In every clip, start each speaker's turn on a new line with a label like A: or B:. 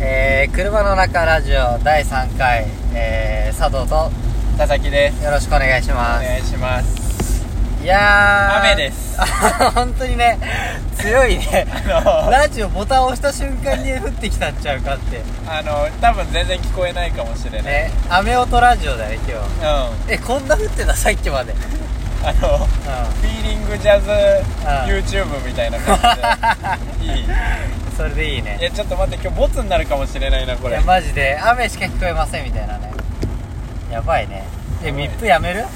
A: えー車の中ラジオ第3回、えー佐藤と
B: 佐々木です
A: よろしくお願いし
B: お
A: ます
B: 願いします
A: いやー
B: 雨です
A: あ 本当にね強いね
B: あの
A: ラジオボタン押した瞬間に降ってきたんちゃうかって
B: あの多分全然聞こえないかもしれない、
A: ね雨音ラジオだね今
B: う
A: 日
B: んあ
A: えこんな降ってたさっきまでうん
B: のフィーリングジャズ YouTube みたいな感 じでいい
A: それでいいね
B: いやちょっと待って今日ボツになるかもしれないなこ
A: い
B: れ
A: やマジで雨しか聞こえませんみたいなねやばいねえ
B: やばい
A: 密封やめる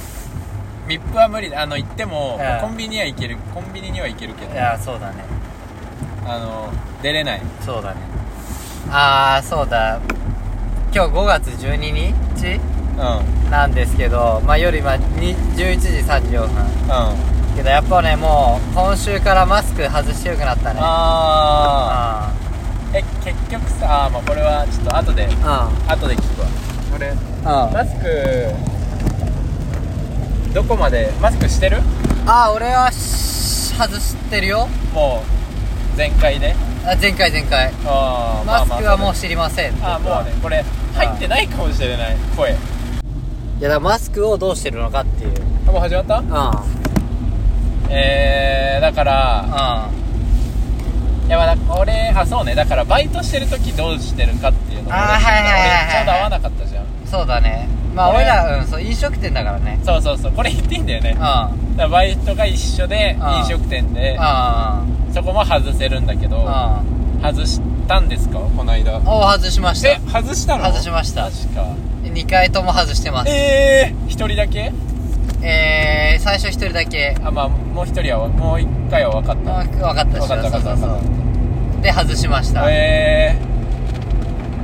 B: ミップは無理だあの行って
A: う
B: も、
A: ん
B: コンビニは行けるコンビニには行けるけど
A: いやそうだね
B: あの出れない
A: そうだねああそうだ今日5月12日
B: うんうん
A: なんですけどまあ夜今に11時34分けどやっぱねもう今週からマスク外してよくなったねあ
B: ああえ結局さあーまあこれはちょっと後で
A: あ
B: 後で聞くわこれ
A: あ
B: マスクどこまでマスクしてる
A: あー俺はし外してるよ
B: もう全開で
A: あ前回前回
B: あーま
A: マ
B: あ
A: スクはもう
B: う
A: 知りません
B: あもうねこれ入ってないかもしれない声あ
A: いやだからマスクをどうしてるのかっていう
B: もう始まった
A: あ
B: えー、だから
A: あ
B: いやまあだ俺あそうねだからバイトしてる時どうしてるかっていうのもね
A: あーはいはいはいはい
B: 俺ちょうど合わなかったじゃん
A: そうだねまあ
B: こ
A: 俺
B: れ
A: ら、うん、そう飲食店だからね
B: そうそうそうこれ言っていいんだよね
A: うんうん
B: だからバイトが一緒で
A: あー
B: 飲食店で
A: うん
B: そこも外せるんだけど
A: うん
B: 外したんですかこの間
A: お外しまし
B: え
A: た
B: 外したの
A: 外しました
B: 確か
A: 2回とも外してます
B: ええー、一人だけ
A: えー、最初1人だけ
B: あまあもう一人はもう一回は分かっ
A: あ
B: た
A: 分かったっ
B: 分
A: しょ
B: かった分かった
A: そうそう
B: 分か
A: そうで外しまし
B: ったた
A: う
B: え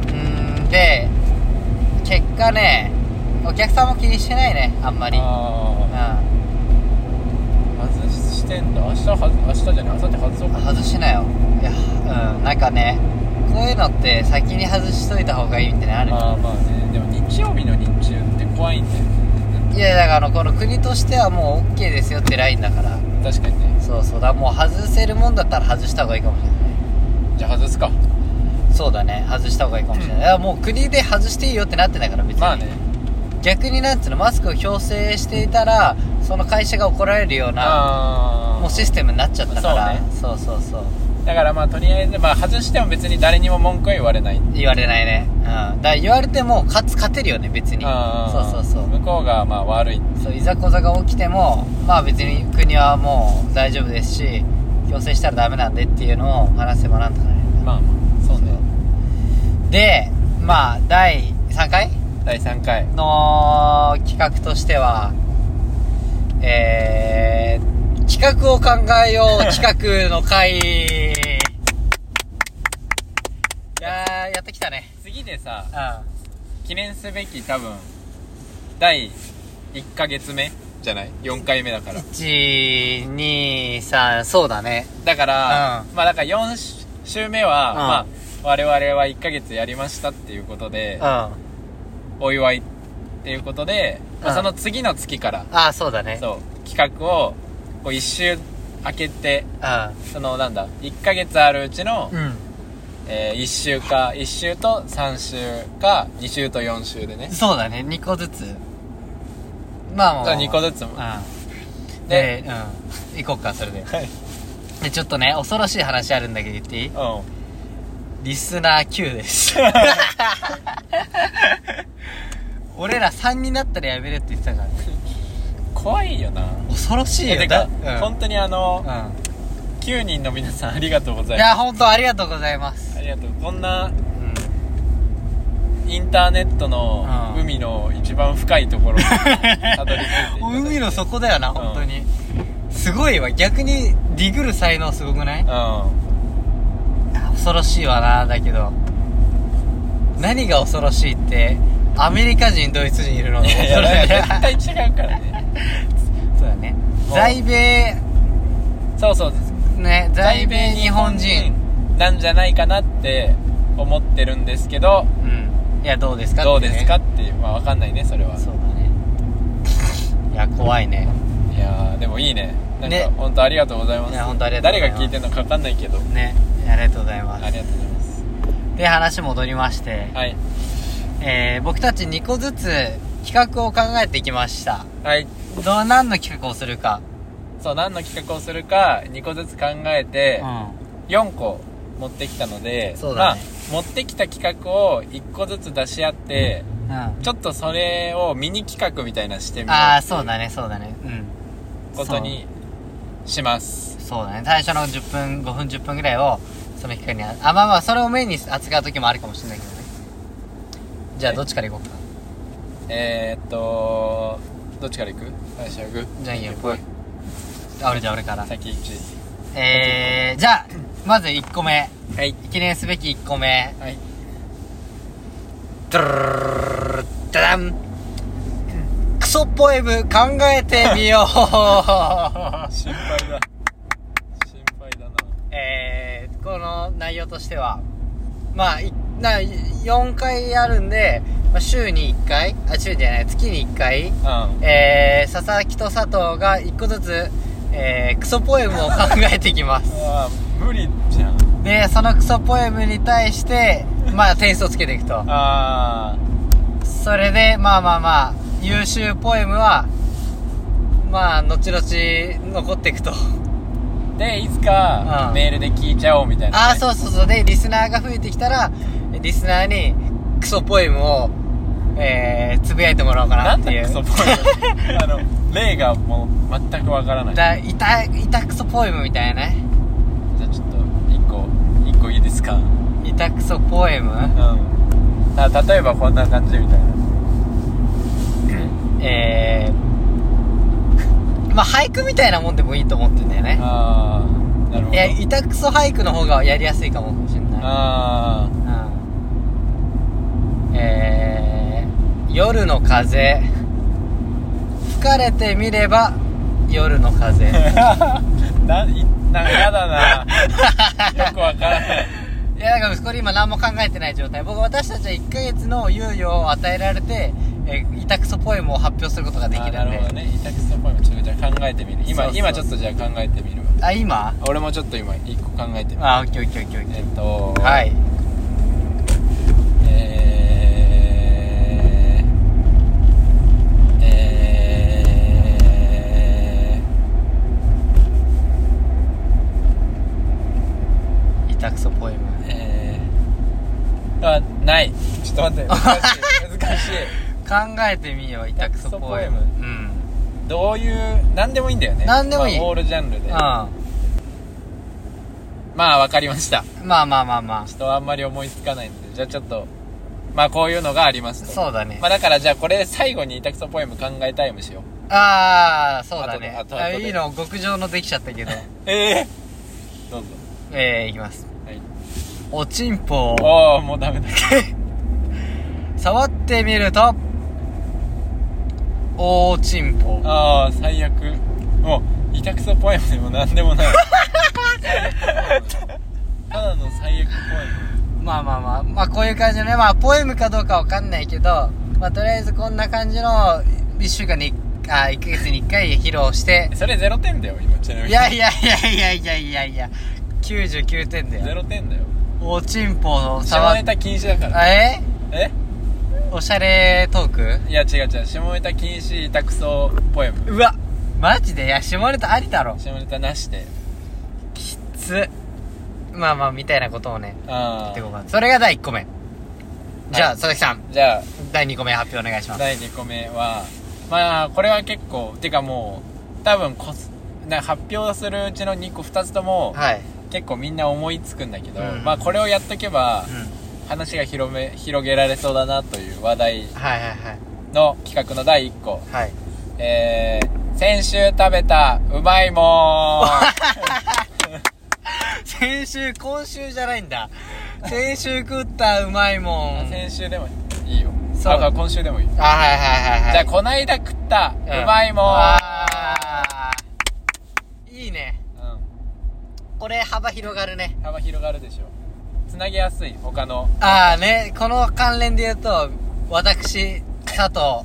A: ーんで結果ねお客さんも気にしてないねあんま
B: え
A: り
B: ー、
A: うん
B: あ
A: あ
B: あ外してんだ明日はず明日じゃない明後日外そうかな
A: 外しなよいやうんなんかねこういうのって先に外しといた方がいいみたいなのある
B: ああまあねでも日曜日の日中って怖いんだよね
A: いやだからあのこの国としてはもう OK ですよってラインだから
B: 確かにね
A: そうそうだもう外せるもんだったら外した方がいいかもしれない
B: じゃあ外すか
A: そうだね外した方がいいかもしれない、いやもう国で外していいよってなってんだから別に
B: まあね
A: 逆になんつうのマスクを強制していたらその会社が怒られるような
B: ああ
A: もうシステムになっちゃったから
B: そうね
A: そう,、そうそう
B: だからまあとりあえずまあ外しても別に誰にも文句は言われない
A: 言われないねうんだから言われても勝つ勝てるよね別に
B: あ
A: そう
B: ー
A: そうそう
B: 向こうがまあ悪い
A: そういざこざが起きてもまあ別に国はもう大丈夫ですし強制したらダメなんでっていうのを話せばなんとかなるよね
B: まあまあそうね
A: でまあ第3回
B: 第3回
A: の企画としてはえー、企画を考えよう企画の会いや ーやってきたね
B: 次でさ
A: うんあ
B: 記念すべき多分第1ヶ月目じゃない4回目だから
A: 123そうだね
B: だから、
A: う
B: まあだから4週目は、
A: うん
B: まあ我々は1ヶ月やりましたっていうこと
A: う
B: で
A: ん、あ
B: お祝いっていうことで、ま
A: う
B: あ、
A: ん
B: その次の月から、
A: あそうだねう
B: そう企画をこう1週開けて
A: う
B: そのなんだ1ヶ月あるうちの、
A: んうん
B: え1週か1週と3週か2週と4週でね
A: そうだね2個ずつまあもう
B: 2個ずつも
A: うん
B: で
A: でうん行こっかそれで
B: はい
A: でちょっとね恐ろしい話あるんだけど言っていい
B: うん
A: リスナー Q です 俺ら3になったらやめるって言ってたからね
B: 怖いよな
A: 恐ろしい
B: え
A: よ
B: てか、
A: うん
B: 本当にあの、
A: う
B: 9人の皆さんありがとうござ
A: ん、
B: い
A: い
B: ま
A: や本当ありがとうございますす、
B: ありがとうこんな
A: うん、
B: インターネットの
A: うん
B: 海の一番深いところにたどり着いていただいて
A: 海の底だよな本当に、すごいわ逆にディグる才能すごくない
B: うん
A: 恐ろしいわなだけど何が恐ろしいってアメリカ人ドイツ人いるのが
B: い
A: 恐ろしい
B: やいやだから絶対違うからね
A: そうだね
B: もう
A: 在米
B: そうそう
A: ね在米日本人
B: なんじゃないかなって思ってるんですけど
A: うんいやどうですか
B: どうですか
A: っ
B: っていうまあわかんないねそれ
A: て
B: は
A: ねそうだねいや怖いね
B: いやーでもいいねなんか、
A: ね
B: 本当ありがとうございます
A: いや本当ありがとうございます
B: 誰が聞いてるのかわかんないけど
A: ねありがとうございま
B: あ
A: す
B: りがとうございます
A: でで話戻りまして、
B: はい
A: えー僕たち2個ずつ企画を考えてきました
B: はい
A: ど何の企画をするか、
B: そう何の企画をするか2個ずつ考えて
A: う
B: 4個持ってきたので、
A: そうだね
B: まあ持ってきた企画を1個ずつ出し合って、
A: んうん、あ
B: ちょっとそれをミニ企画みたいなしてみよ
A: あー
B: う
A: そうだねそうだねうん
B: ことにします
A: そうだね最初の10分5分10分ぐらいをその企画にああまあまあそれをメインに扱う時もあるかもしれないけどねじゃあどっちからいこうか
B: えー、っとどっちからいく最初はグー
A: じゃあいいよあ俺じゃあ俺から
B: 先行ち
A: えー、じゃあまず1個目
B: はい
A: 記念すべき1個目
B: はい
A: ドゥルルルルダダンクソポエム考えてみよう
B: 心配だ心配だな
A: えー、この内容としてはまあいな4回あるんで、まあ、週に1回あ週じゃない月に1回
B: うん
A: えー、佐々木と佐藤が1個ずつ、えー、クソポエムを考えてきます
B: うわ無理じゃん
A: でそのクソポエムに対してまあ点数をつけていくと
B: あ
A: それでまあまあまあ優秀ポエムはまあ後々残ってい くと
B: ーでいつか、
A: うん
B: メールで聞いちゃおうみたいな、
A: ああ
B: う
A: そうそうそうでリスナーが増えてきたらリスナーにクソポエムをえー、つぶやいてもらおうかな
B: な
A: っ
B: ん
A: て
B: だ
A: いう
B: クソ ポエムあの例がもう全くわからないじゃ
A: だいたいたクソポエムみたいなね
B: あちょっと一個一個いいですかうん
A: いたクソポエ ム
B: あ例えばこんな感じみたいな
A: えー、 まあ俳句みたいなもんでもいいと思ってんだよね
B: ああなるほ
A: い
B: ど
A: やいたクソ俳句の方がやりやすいかもしれない
B: あ
A: うんえー、夜の風疲れてみれば夜の 風い
B: あないなんかやだな よくわからない
A: やだからこれ今何も考えてない状態僕私たちは1ヶ月の猶予を与えられて、えー、痛くそポエムを発表することができるんで
B: あーなるほどね委託ストポエムちょっとじゃあ考えてみる今
A: そうそう
B: 今ちょっとじゃあ考えてみるわ
A: あ今
B: 俺もちょっと今一個考えてみる
A: あオッケーオッケーオッケーオッケ
B: えっと
A: ーはい
B: えーえ
A: 痛くそポエム
B: ーえーあないちょっ と待って難しい難しい
A: 考えてみよう痛くそポエム
B: 痛くそ
A: うん
B: どういう何でもいいんだよね
A: 何でもいい
B: まあオールジャンル
A: うん
B: でまあわかりました
A: まあまあまあまあ
B: ちょっとあんまり思いつかないんでじゃあちょっとまあこういうのがありますと
A: そうだね
B: まあだからじゃあこれ最後に委託とポエム考えタイムしよ
A: ああそうだね
B: 後で後で
A: あいいの極上のできちゃった けど
B: うええどうぞ
A: えー、いきます
B: はい
A: おちんぽを
B: おおもうダメだ
A: 触ってみるとおーちんぽ
B: ああ最悪もう委託とポエムでも何でも ないただの最悪ポ
A: まあまあまあまあこういう感じのねまあポエムかどうかわかんないけどまあとりあえずこんな感じの1週間にあ1ヶ月に1回披露 して
B: エムそれ0点だよ今ちなみに
A: いやいやいやいやいやいやいや99点だよ
B: 0点だよ
A: おちんぽを触
B: 下
A: っ
B: ネタ禁止だから
A: あえ
B: え
A: おしゃれトーク
B: いや違う違う下ネタ禁止委託とポエム
A: うわマジでいや下ネタありだろ
B: 下ネタなしで
A: きつまあまあみたいなことをね
B: あ
A: ってこ
B: あ
A: うかそれが第1個目じゃあ佐々木さん
B: じゃあ
A: 第2個目発表お願いします
B: 第2個目はまあこれは結構てかもう多分こすな発表するうちの2個2つとも
A: はい
B: 結構みんな思いつくんだけど、
A: うん
B: まあこれをやっとけば
A: うん
B: 話が広め広げられそうだなという話題
A: はいはいはい
B: の企画の第1個
A: はい
B: えー、先週食べたうまいもん
A: 先週今週じゃないんだ先週食ったうまいもんあ
B: 先週でもいいよ
A: そう
B: だから今週でもいい、
A: はいはいはいはい
B: じゃあこないだ食った
A: ん
B: うまいもん、
A: あーいいね
B: う
A: これ幅広がるね
B: ん、幅広がるでしょつなげやすい 他の
A: ああねこの関連で言うと私佐藤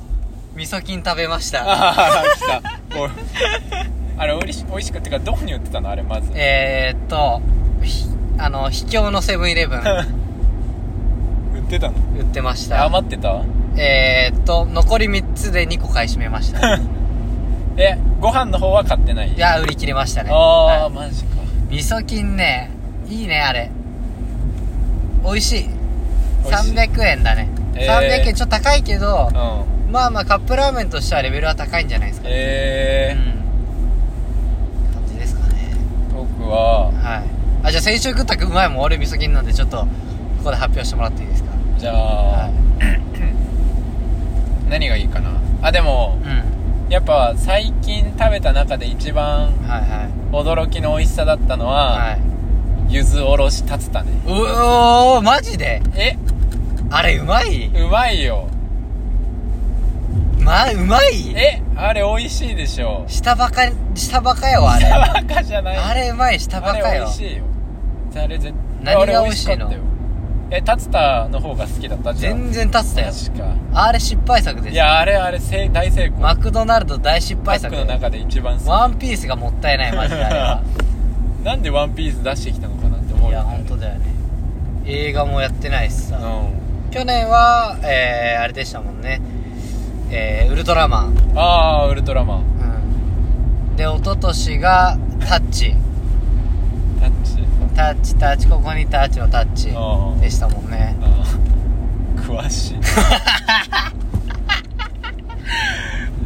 A: 味噌菌食べました
B: ああ来たおいあれおいしおいしくってかどこに売ってたのあれまず
A: えー、っとひあの秘境のセブンイレブン
B: ってたの
A: 売ってました
B: 余ってた
A: えー、っと残り3つで2個買い占めました
B: えご飯の方は買ってない
A: いや売り切れましたね
B: ああ
A: はい
B: マジか
A: 味噌菌ねいいねあれ美味しい
B: 美味しい
A: 300円だね、
B: えー
A: 300円ちょっと高いけど
B: うん
A: まあまあカップラーメンとしてはレベルは高いんじゃないですか、
B: ええ
A: うん感じですかね
B: 僕は
A: はいあじゃあ先週食ったうまいもん俺味噌菌なんでちょっとここで発表してもらっていいですか
B: じゃあ、
A: はい
B: 何がいいかなあでも
A: うんはい
B: やっぱ最近食べた中で一番
A: はい
B: 驚きの美味しさだったのは、
A: はい
B: ゆずおろし竜田ね
A: うおーマジで
B: え
A: あれうまいう
B: まいよ
A: まあうまい
B: えあれ美味しいでしょ
A: 下バカ下バカよあれ
B: 下バカじゃない
A: あれうまい下バ
B: あ
A: カ
B: れ美
A: よ
B: 味しいよあれ絶
A: 何が
B: あれ美味しかった
A: 美
B: よえ竜田の方が好きだったじゃん
A: 全然立つたよ
B: 確か
A: あれ失敗作です
B: いやあれあれせ大成功
A: マクドナルド大失
B: パ
A: 敗
B: ッ
A: 作
B: クの中で一番好き
A: ワンピースがもったいないマジであれ は
B: なんでワンピース出してきたのかなって思う
A: い
B: よ
A: や
B: ね
A: 本当だよね映画もやってないしさ、
B: うん
A: 去年はえー、あれでしたもんねえー、ウルトラマン、
B: ああウルトラマン
A: うん、で一昨年がタッチ
B: タッチ
A: タッチタッチここにタッチのタッチ
B: あー
A: でしたもんね
B: あー詳しい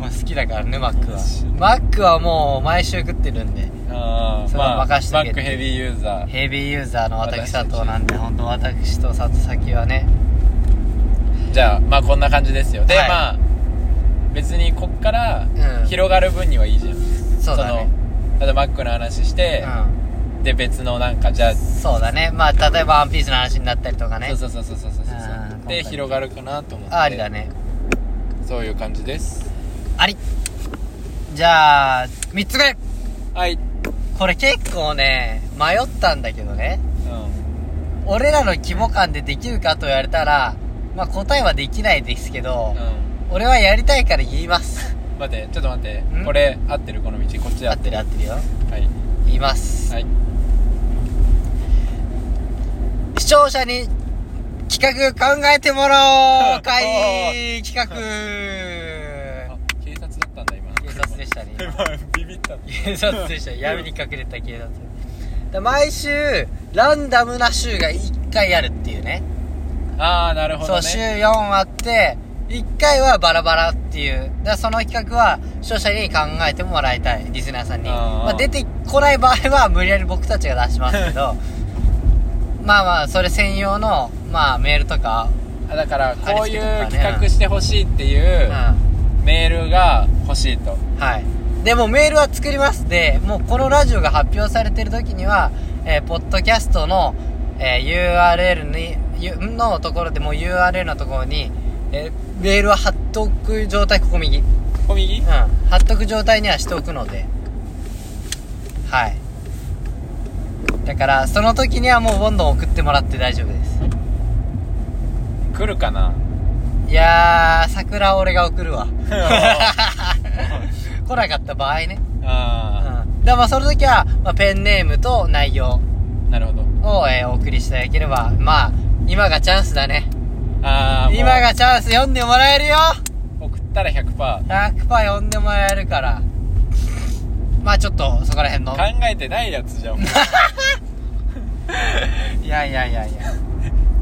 A: まあ好きだからねマックは
B: よし
A: マックはもう毎週食ってるんで
B: あ
A: そ
B: あ
A: れは任しと
B: バ
A: け
B: ックヘビーユーザー
A: ヘビーユーザーの私佐藤なんで本当私と佐藤先はね
B: じゃあまあこんな感じですよで、
A: はい
B: まあ別にこっから
A: うん
B: 広がる分にはいいじゃん、
A: そうだね
B: その例えばマックの話して、
A: う
B: で別のなんかじゃあ
A: んそうだねまあ例えばワンピースの話になったりとかね
B: そうそうそうそうそうそう
A: あー
B: で広がるかなと思って
A: ありだね
B: そういう感じです
A: ありじゃあ3つ目
B: はい、
A: これ結構ね迷ったんだけどね
B: う
A: 俺らの規模感でできるかと言われたらまあ答えはできないですけど
B: んうん、
A: 俺はやりたいから言います
B: 待ってちょっと待って
A: ん
B: これ合ってるこの道こっちで
A: 合
B: 合
A: っ
B: って
A: てる合ってるよ
B: るはい
A: 言います
B: はい
A: 視聴者に企画考えてもらおう会企画
B: あ警察だったんだ今
A: 警察でしたね 今
B: 今ビビった
A: 警察でした闇に隠れた警察だ毎週ランダムな週が1回あるっていうね
B: ああなるほ
A: そ
B: ど
A: う
B: ね
A: 週4あって1回はバラバラっていうだからその企画は視聴者に考えてもらいたいリスナーさんに
B: あー
A: まあ、出てこない場合は無理やり僕たちが出しますけ どまあまあそれ専用の、まあ、メールとか、
B: あだから
A: 貼り
B: こう
A: 付
B: い
A: け
B: う
A: とかね、
B: 企画してほしいっていううん
A: は
B: メールが欲しいと
A: いでもメールは作りますでもうこのラジオが発表されてる時には、えーポッドキャストの、えー URL にゆのところでもう URL のところに、えーメールは貼っとく状態ここ右
B: ここ右
A: うん貼っとく状態にはしておくのではいだからその時にはもうどんどん送ってもらって大丈夫です
B: 来るかない
A: やー桜俺が送るわ
B: お
A: 来なかった場合ねう
B: あ
A: んでまあその時は、まあ、ペンネームと内容
B: あなるほど
A: を、えーお送りしていただければまあ今がチャンスだね
B: ああもう
A: 今がチャンス読んでもらえるよ
B: 送ったら100%
A: 100%読んでもらえるからまあちょっとそこら辺の
B: 考えてないやつじゃんも
A: いやいやいやいう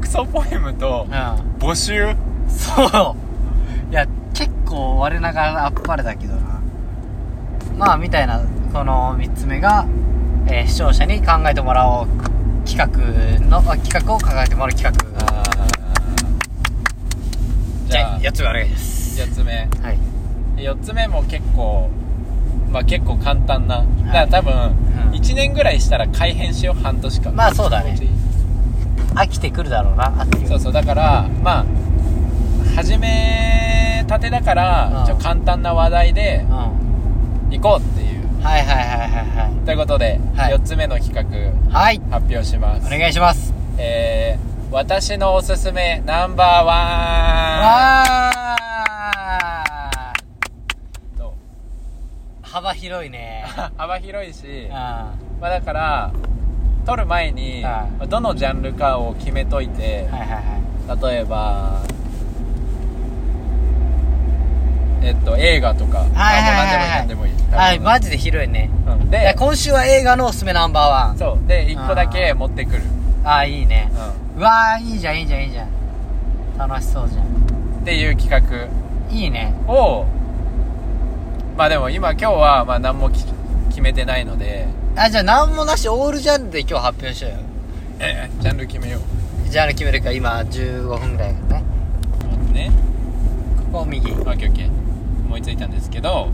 B: クソポエムと
A: やうん
B: 募集
A: そういや結構我ながらあっぱれだけどなまあみたいなこの3つ目が、えー視聴者に考えてもらおう企画のあ企画を考えてもらう企画
B: あー
A: じ
B: じゃ
A: ゃ
B: あ
A: あ4つ目お願いします
B: 4つ目
A: はい
B: 4つ目も結構まあ結構簡単なだから多
A: う
B: 分
A: ん
B: 1年ぐらいしたら改変しよう半年間
A: まあそうだね飽きてくるだろうなあっていう
B: そうそうだからまあ始めたてだか
A: うん
B: らちょっと簡単な話題で
A: うんは
B: 行こうっていう
A: いはいはいはい
B: ということで、
A: はい
B: 4つ目の企画
A: はいはい
B: 発表します
A: お願いします
B: えー、私のおすすめナンバーワ
A: わ
B: ンと
A: ー 幅広いね
B: 幅広いし
A: あ
B: まあだから撮る前に
A: は
B: どのジャンルかを決めといて
A: はいはいはい
B: 例えばえっと映画とかあもう
A: はいはいはいはい
B: 何でもいい何でもいい
A: はい、マジで広いね。
B: うん
A: いや
B: で
A: 今週は映画のおすすめナンバーワン。
B: そうで1個だけ持ってくる
A: ああ、いいね。
B: う
A: うわー、いいじゃん、いいじゃん、いいじゃん。楽しそうじゃん。
B: んっていう企画
A: いいね。
B: をまあでも今今日はまあ何もき決めてないので
A: あ、じゃあ何もなし、オールジャンルで今日発表しようよ。
B: えジャンル決めよう
A: ジャンル決めるか、今15分ぐらいだね。
B: 待ってね
A: ここ右。
B: オッケーオッケー思いついたんですけど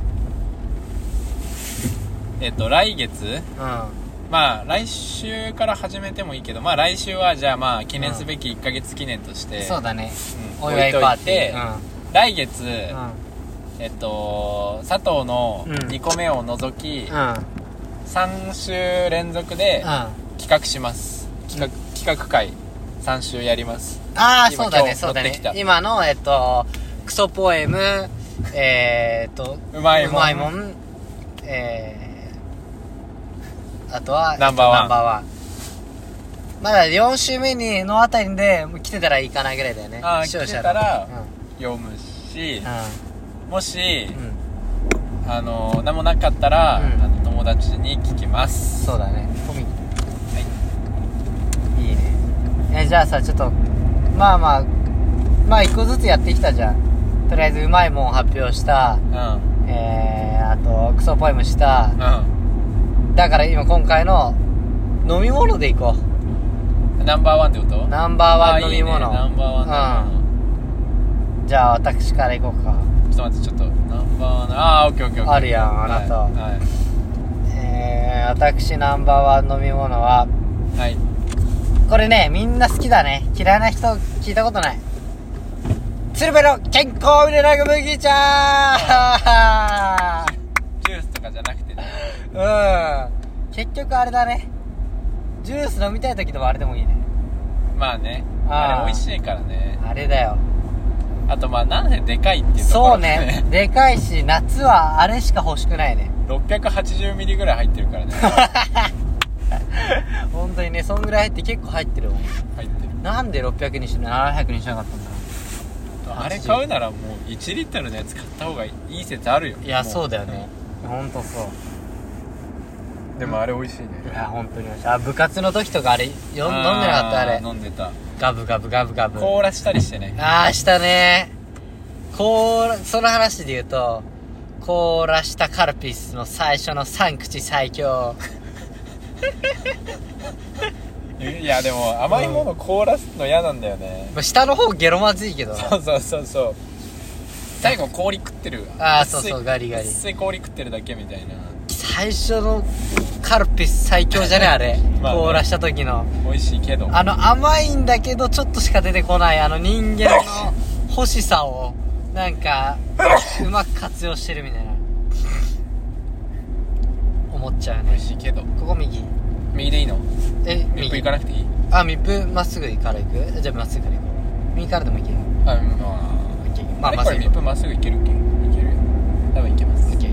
B: えっと来月
A: う
B: まあ来週から始めてもいいけどまあ来週はじゃあまあ記念すべき1ヶ月記念として、
A: ん。そうだね。
B: うん
A: お祝いパーティ
B: 置いといて
A: ー。
B: 来月、
A: う
B: えっと佐藤の
A: うん
B: 2個目を除き、
A: ん。うん。うん。うん。
B: 3週連続で
A: あ
B: 企画します企画,、企画会3週やります
A: あー、
B: 今
A: そうだね、
B: 今日
A: そうだ
B: 持っ
A: ね
B: てきた。
A: 今の、えっと、クソポエム、えーっと、
B: うまいもん
A: うまいもん、えー、あとは、
B: ナンバーワン
A: ナンバーワン。まだ4週目にのあたりで、もう来てたらいいかなぐらいだよね。
B: あー
A: 視聴者
B: 来てたら
A: の
B: 読むし
A: う
B: もし、
A: ん。うん。うん。
B: あの何もなかったら、
A: うん
B: あの友達に聞きます
A: そうだね。コミはい。いいね。え、じゃあさ、ちょっと、まあまあ、まあ一個ずつやってきたじゃん。とりあえず、うまいもん発表した。
B: うんうん
A: えー、あとクソポエムしただから今今回の飲み物でいこ
B: ナンバーワンってこと
A: うナンバーワ
B: あ
A: ン飲み物
B: いいね、ナンバーワンだな、
A: うん、じゃあ私からいこうか
B: ちょっと待ってちょっとナンバーワンああオッケーオッケーオッケー
A: あるやんあなた
B: はいはい
A: えー、私ナンバーワン飲み物は
B: はい
A: これねみんな好きだね嫌いな人聞いたことない鶴瓶の健康ミネラル麦茶
B: ジュースとかじゃなくてね
A: うん結局あれだねジュース飲みたい時でもあれでもいいね
B: まあね
A: あー
B: あれ美味しいからね
A: あれだよ
B: あとまあなんででかいっていうところ
A: そうね でかいし夏はあれしか欲しくないね
B: 680ミリぐらい入ってるからね
A: 本当にねそんぐらい入って結構入ってるもん
B: 入ってる
A: なんで600にしな700にしなかったんだろ80
B: あれ買うならもう1リットルのやつ買った方がいい説あるよ
A: ういやそうだよね本当そう
B: でもあれ美味しいね
A: いや本当に美味しいあ部活の時とかあれよ飲んでなかったあれ
B: ー飲んでた
A: ガブガブガブガブ
B: 凍らしたりしてね
A: ああしたねこうその話で言うと凍らしたカルピスの最初の3口最強
B: いやでも甘いもの凍らすの嫌なんだよね
A: まあ下の方ゲロまずいけどな
B: そうそうそうそう最後氷食ってる
A: あー
B: 薄い
A: そうそうガリガリ
B: 薄い氷食ってるだけみたいな
A: 最初のカルピス最強じゃねあれ
B: まあね
A: 凍らした時の
B: 美味しいけど
A: あの甘いんだけどちょっとしか出てこないあの人間の欲しさをなんかうまく活用してるみたいな思っちゃう
B: 美
A: ね
B: 味しいけど
A: ここ右
B: 右でいいの
A: え
B: リップ
A: 右
B: 行かなくていい
A: あミップまっすぐから行くじゃあまっすぐから行こう右からでも行ける
B: あまあ
A: OK まあ
B: まあ
A: ま
B: ま
A: っ
B: っ
A: す
B: す
A: ぐ
B: ぐ
A: 行
B: 1
A: こう
B: 分まっすぐいけるっけいけるよ多分いけます
A: OK OK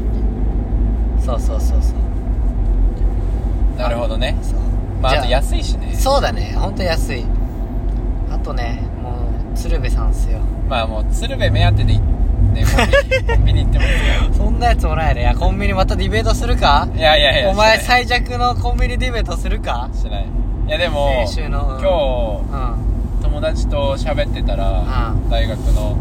A: そうそうそうそう
B: なるほどね
A: そう
B: ま
A: じゃ
B: ああと安いしね
A: そうだねほんと安いあとねもう鶴瓶さんっすよ
B: まあもう鶴瓶目当てでいねコンビニコンビニ行ってもいい よ
A: そんなやつもないねいやコンビニまたディベートするか
B: いやいやいや
A: お前
B: しな
A: 最
B: い
A: 弱のコンビニディベートするか
B: しないいやでも
A: 先週のうん
B: 今
A: うんうん
B: 日友達と喋ってたら、
A: うん
B: 大学の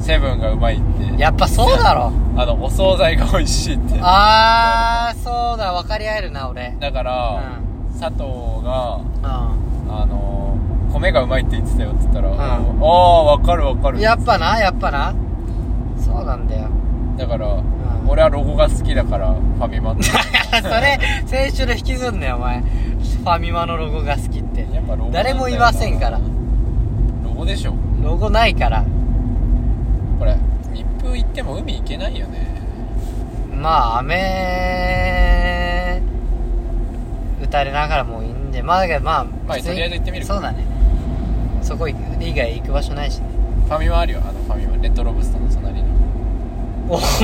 B: セブンがうまいって
A: やっぱそうだろ
B: あのお惣菜が美味しいって
A: あーそうだ分かり合えるな俺
B: だから、佐藤が
A: う
B: あの米がうまいって言ってたよって言ったら、
A: ん
B: ああわかるわか
A: ん
B: る
A: やっぱなやっぱなそうなん だよ
B: だから、
A: ん
B: 俺はロゴが好きだからファミマ って
A: それ先週の引きずんねお前ファミマのロゴが好きって
B: やっぱロゴなんだよな
A: 誰も言いませんから
B: ロゴでしょ
A: ロゴないから
B: これ密封行っても海行けないよね
A: まあ雨打たれながらもいいんでまあだけどまあ、
B: まあ
A: 普通に
B: とりあえず行ってみるか
A: そうだねそこ行く以外行く場所ないしね
B: ファミマあるよあのファミマレッドロブスターの隣の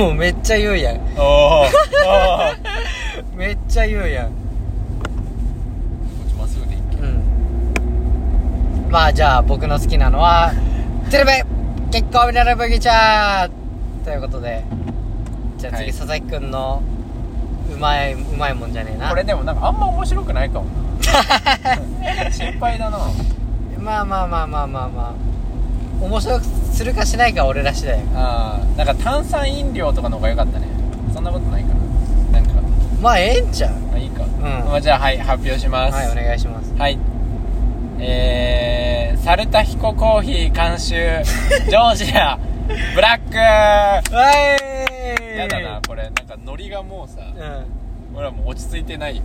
A: おおめっちゃ言うやん
B: おお
A: めっちゃ言うやん
B: 落ちます
A: まあじゃあ僕の好きなのは「テレビ結構見られるブギちゃん」ということでじゃあ次、
B: はい
A: 佐々木くんのうまいうまいもんじゃねえな
B: これでもなんかあんま面白くないかも な心配だな
A: まあまあまあまあまあまあ面白くするかしないかは俺ら次第よ
B: あーなんか炭酸飲料とかの方が良かったねそんなことないかななんか
A: まあええんちゃう
B: まあいいか、
A: ん
B: まあ、じゃあはい発表します
A: はいお願いします
B: はい。えー、サルタヒココーヒー監 修、ジョージア、ブラック
A: わい
B: やだな、これ、なんかノリがもうさ、
A: う
B: 俺はもう落ち着い てないよ。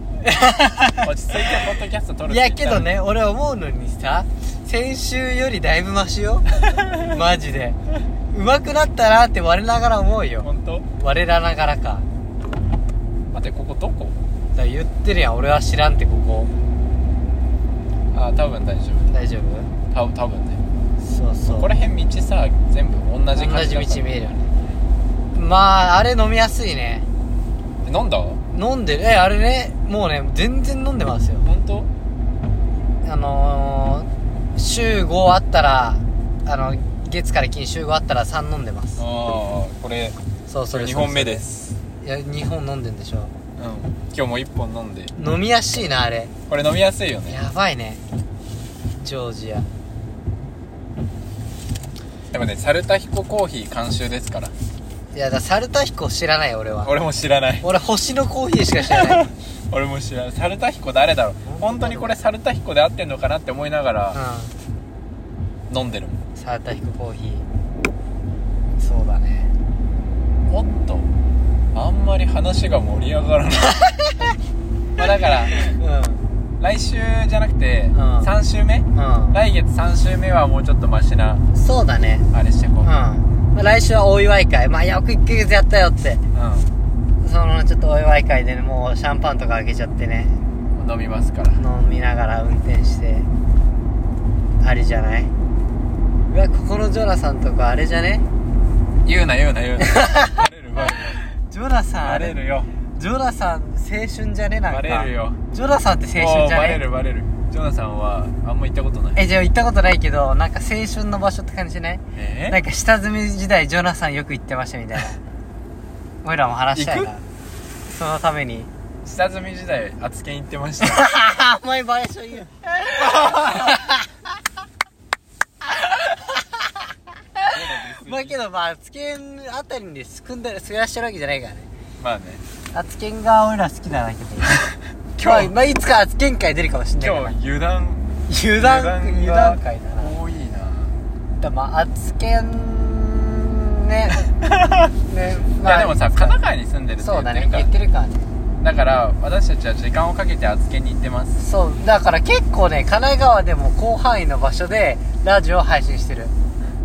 B: 落ち着いてポッドキャスト撮る
A: ん
B: っ
A: い
B: て言
A: やけ
B: ったの
A: ど
B: に。
A: ね俺思うのにさ先週よりだいぶマシ よマジで上手くなったなって我ながら思うよ
B: 本当
A: 我らながらか
B: 待って、ここどこ
A: だから言ってるやん俺は知らんってここ
B: あー、多分大丈
A: 大丈夫
B: 夫。た多分ね。
A: そうそう
B: これ辺道さ、全部同じ感じだ
A: 同
B: から
A: じ道見えるよねまああれ飲みやすいね
B: 飲んだ
A: 飲んでるえあれねもうね全然飲んでますよ
B: 本当
A: あのー、週5あったらあの月から金週5あったら3飲んでます
B: あー、これ、
A: そうそれ
B: 2本目
A: で
B: です。
A: いや2本飲んでんでしょ
B: うん。今日も1本飲んで。
A: 飲みやすいなあれ
B: これ飲みやすいよね。
A: やばいねジョージア
B: でもね、サルタヒココーヒー監修ですから。
A: いやだサルタヒコ知らない俺は
B: 俺も知 らない。
A: 俺星のコーヒーしか知ら ないうん
B: 俺も知らない。サルタヒコ誰だろう本当にこれサルタヒコで合ってんのかなって思いながら飲んでるもん。
A: サルタヒココーヒーそうだね
B: おっと、あんまり話が盛り上 がらない。まあだから、
A: う
B: 来週じゃなくて、
A: うん
B: 3週目
A: ん
B: 来月3週目はもうちょっとマシな、
A: うんそうだね
B: あれしてこう。
A: うん、まあ、来週はお祝い会まあよく1ヶ月やったよって
B: う
A: そのちょっとお祝い会でねもうシャンパンとか開けちゃってね
B: ん。飲みますから。
A: 飲みながら運転してあれじゃないうわここのジョナサンとかあれじゃね
B: 言うな言うな 言うな。バレるバレる。
A: ジョナサンあ
B: バレ
A: れ
B: るよ。
A: ジョナサン青春じゃねなんか
B: バレるよ。
A: ジョナサンって青
B: も
A: 春
B: う
A: じゃ
B: バレる
A: ね
B: バレる。ジョナさんはあんま行ったことない。
A: えじゃあ行ったことないけどなんか青春の場所って感じしない
B: え
A: なんか下積み時代ジョナサンよく行ってましたみたい な俺らも話したいな
B: 行
A: そのために
B: 下積み時代厚研行ってました
A: お前場所言うまあけどまあ厚ンあたりにすんだり暮らしてるわけじゃないからね
B: まあね
A: 厚ンが俺ら好きなだけで
B: 今
A: 今
B: 日
A: 日、まあ、いつか厚ン会出るかもしんない
B: 今日油断
A: 日油断油
B: が
A: 断会だな
B: 多いな
A: でも厚ンね ね
B: いやでもさ神奈川に住んでるって
A: そ
B: 言
A: う
B: っ
A: だ
B: てる
A: ね
B: から
A: 言ってるからね
B: だから私たちは時間をかけて厚研に行ってます
A: そうだから結構ね神奈川でも広範囲の場所でラジオを配信してる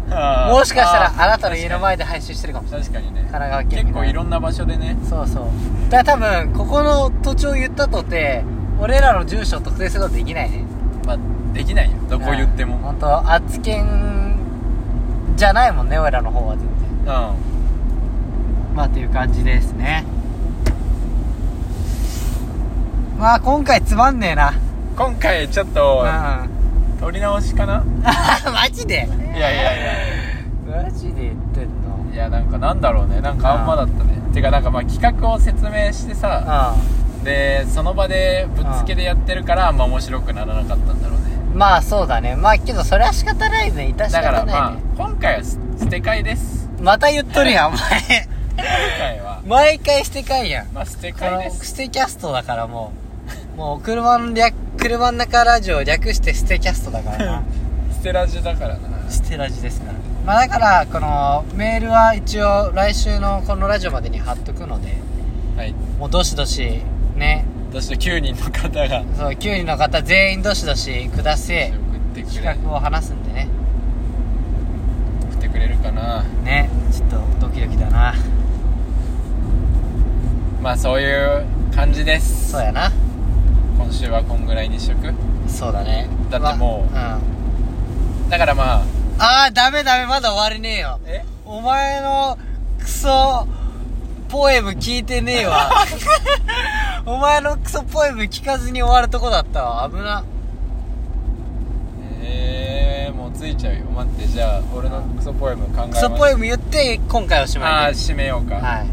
A: も
B: も
A: しかしたらあなたの家の前で配信してるかもしれない
B: 確かにね
A: 神奈川県
B: 結
A: 民
B: 構いろんな場所でね
A: そうそうだから多分ここの土地を言ったとて俺らの住所を特定することできないね
B: まあできないよどこ言っても
A: 本当厚県じゃないもんね俺らの方は全然
B: うん
A: まあという感じですねまあ今回つまんねえな
B: 今回ちょっと
A: うん
B: 撮り直しかな
A: マジで
B: いやいやいや
A: マジで言ってんの
B: いやなんかなんだろうねなんかあんまだったねてかなんかまあ企画を説明してさ、
A: う
B: でその場でぶっつけでやってるからあんま面白くならなかったんだろうね
A: んまあそうだねまあけどそれは仕方ないね致
B: だ
A: し
B: か
A: 方な
B: らま
A: い
B: あ
A: ね、
B: 今回はす捨て替えです
A: また言っとるやんお前
B: 今 回は
A: 毎回してかいやん
B: まあ捨て
A: こ
B: 替え
A: の
B: です
A: ステキャストだからもう もう車の略車の中ラジオ略してステキャストだから な
B: 捨てラジだからな
A: ステラジですからまあだからこのメールは一応来週のこのラジオまでに貼っとくので
B: はい
A: もうどしどしね
B: そして9人の方が送
A: そう9人の方全員どしどしくだせ
B: ってくれ
A: 企画を話すんでね
B: 送ってくれるかな
A: ねちょっとドキドキだな
B: まあそういう感じです
A: そうやな
B: 今週はこんぐらいにしとく
A: そうだね
B: だってもう
A: まあうん
B: だからまあ
A: ああダメダメまだ終わりねえよ
B: え
A: お前のクソポエム聞いてねえ わお前のクソポエム聞かずに終わるとこだったわ危な
B: えいちゃうよ待ってじゃあ俺のクソポエム考えます
A: クソポエム言って今回おし
B: あ
A: ま
B: あ
A: いで
B: 締めようか、
A: はい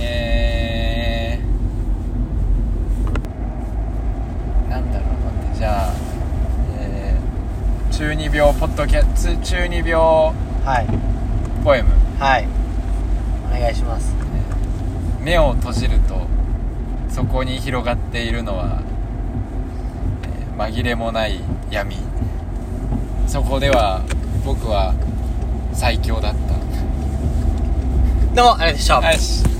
B: えー、なんだろう待ってじゃあ、えー、中二病ポッドキャつ中二病
A: はい
B: ポエム
A: はいお願いします
B: 目を閉じるとそこに広がっているのは、えー紛れもない闇そこでは僕は最強だっ
A: どうもありがとうございました
B: たよし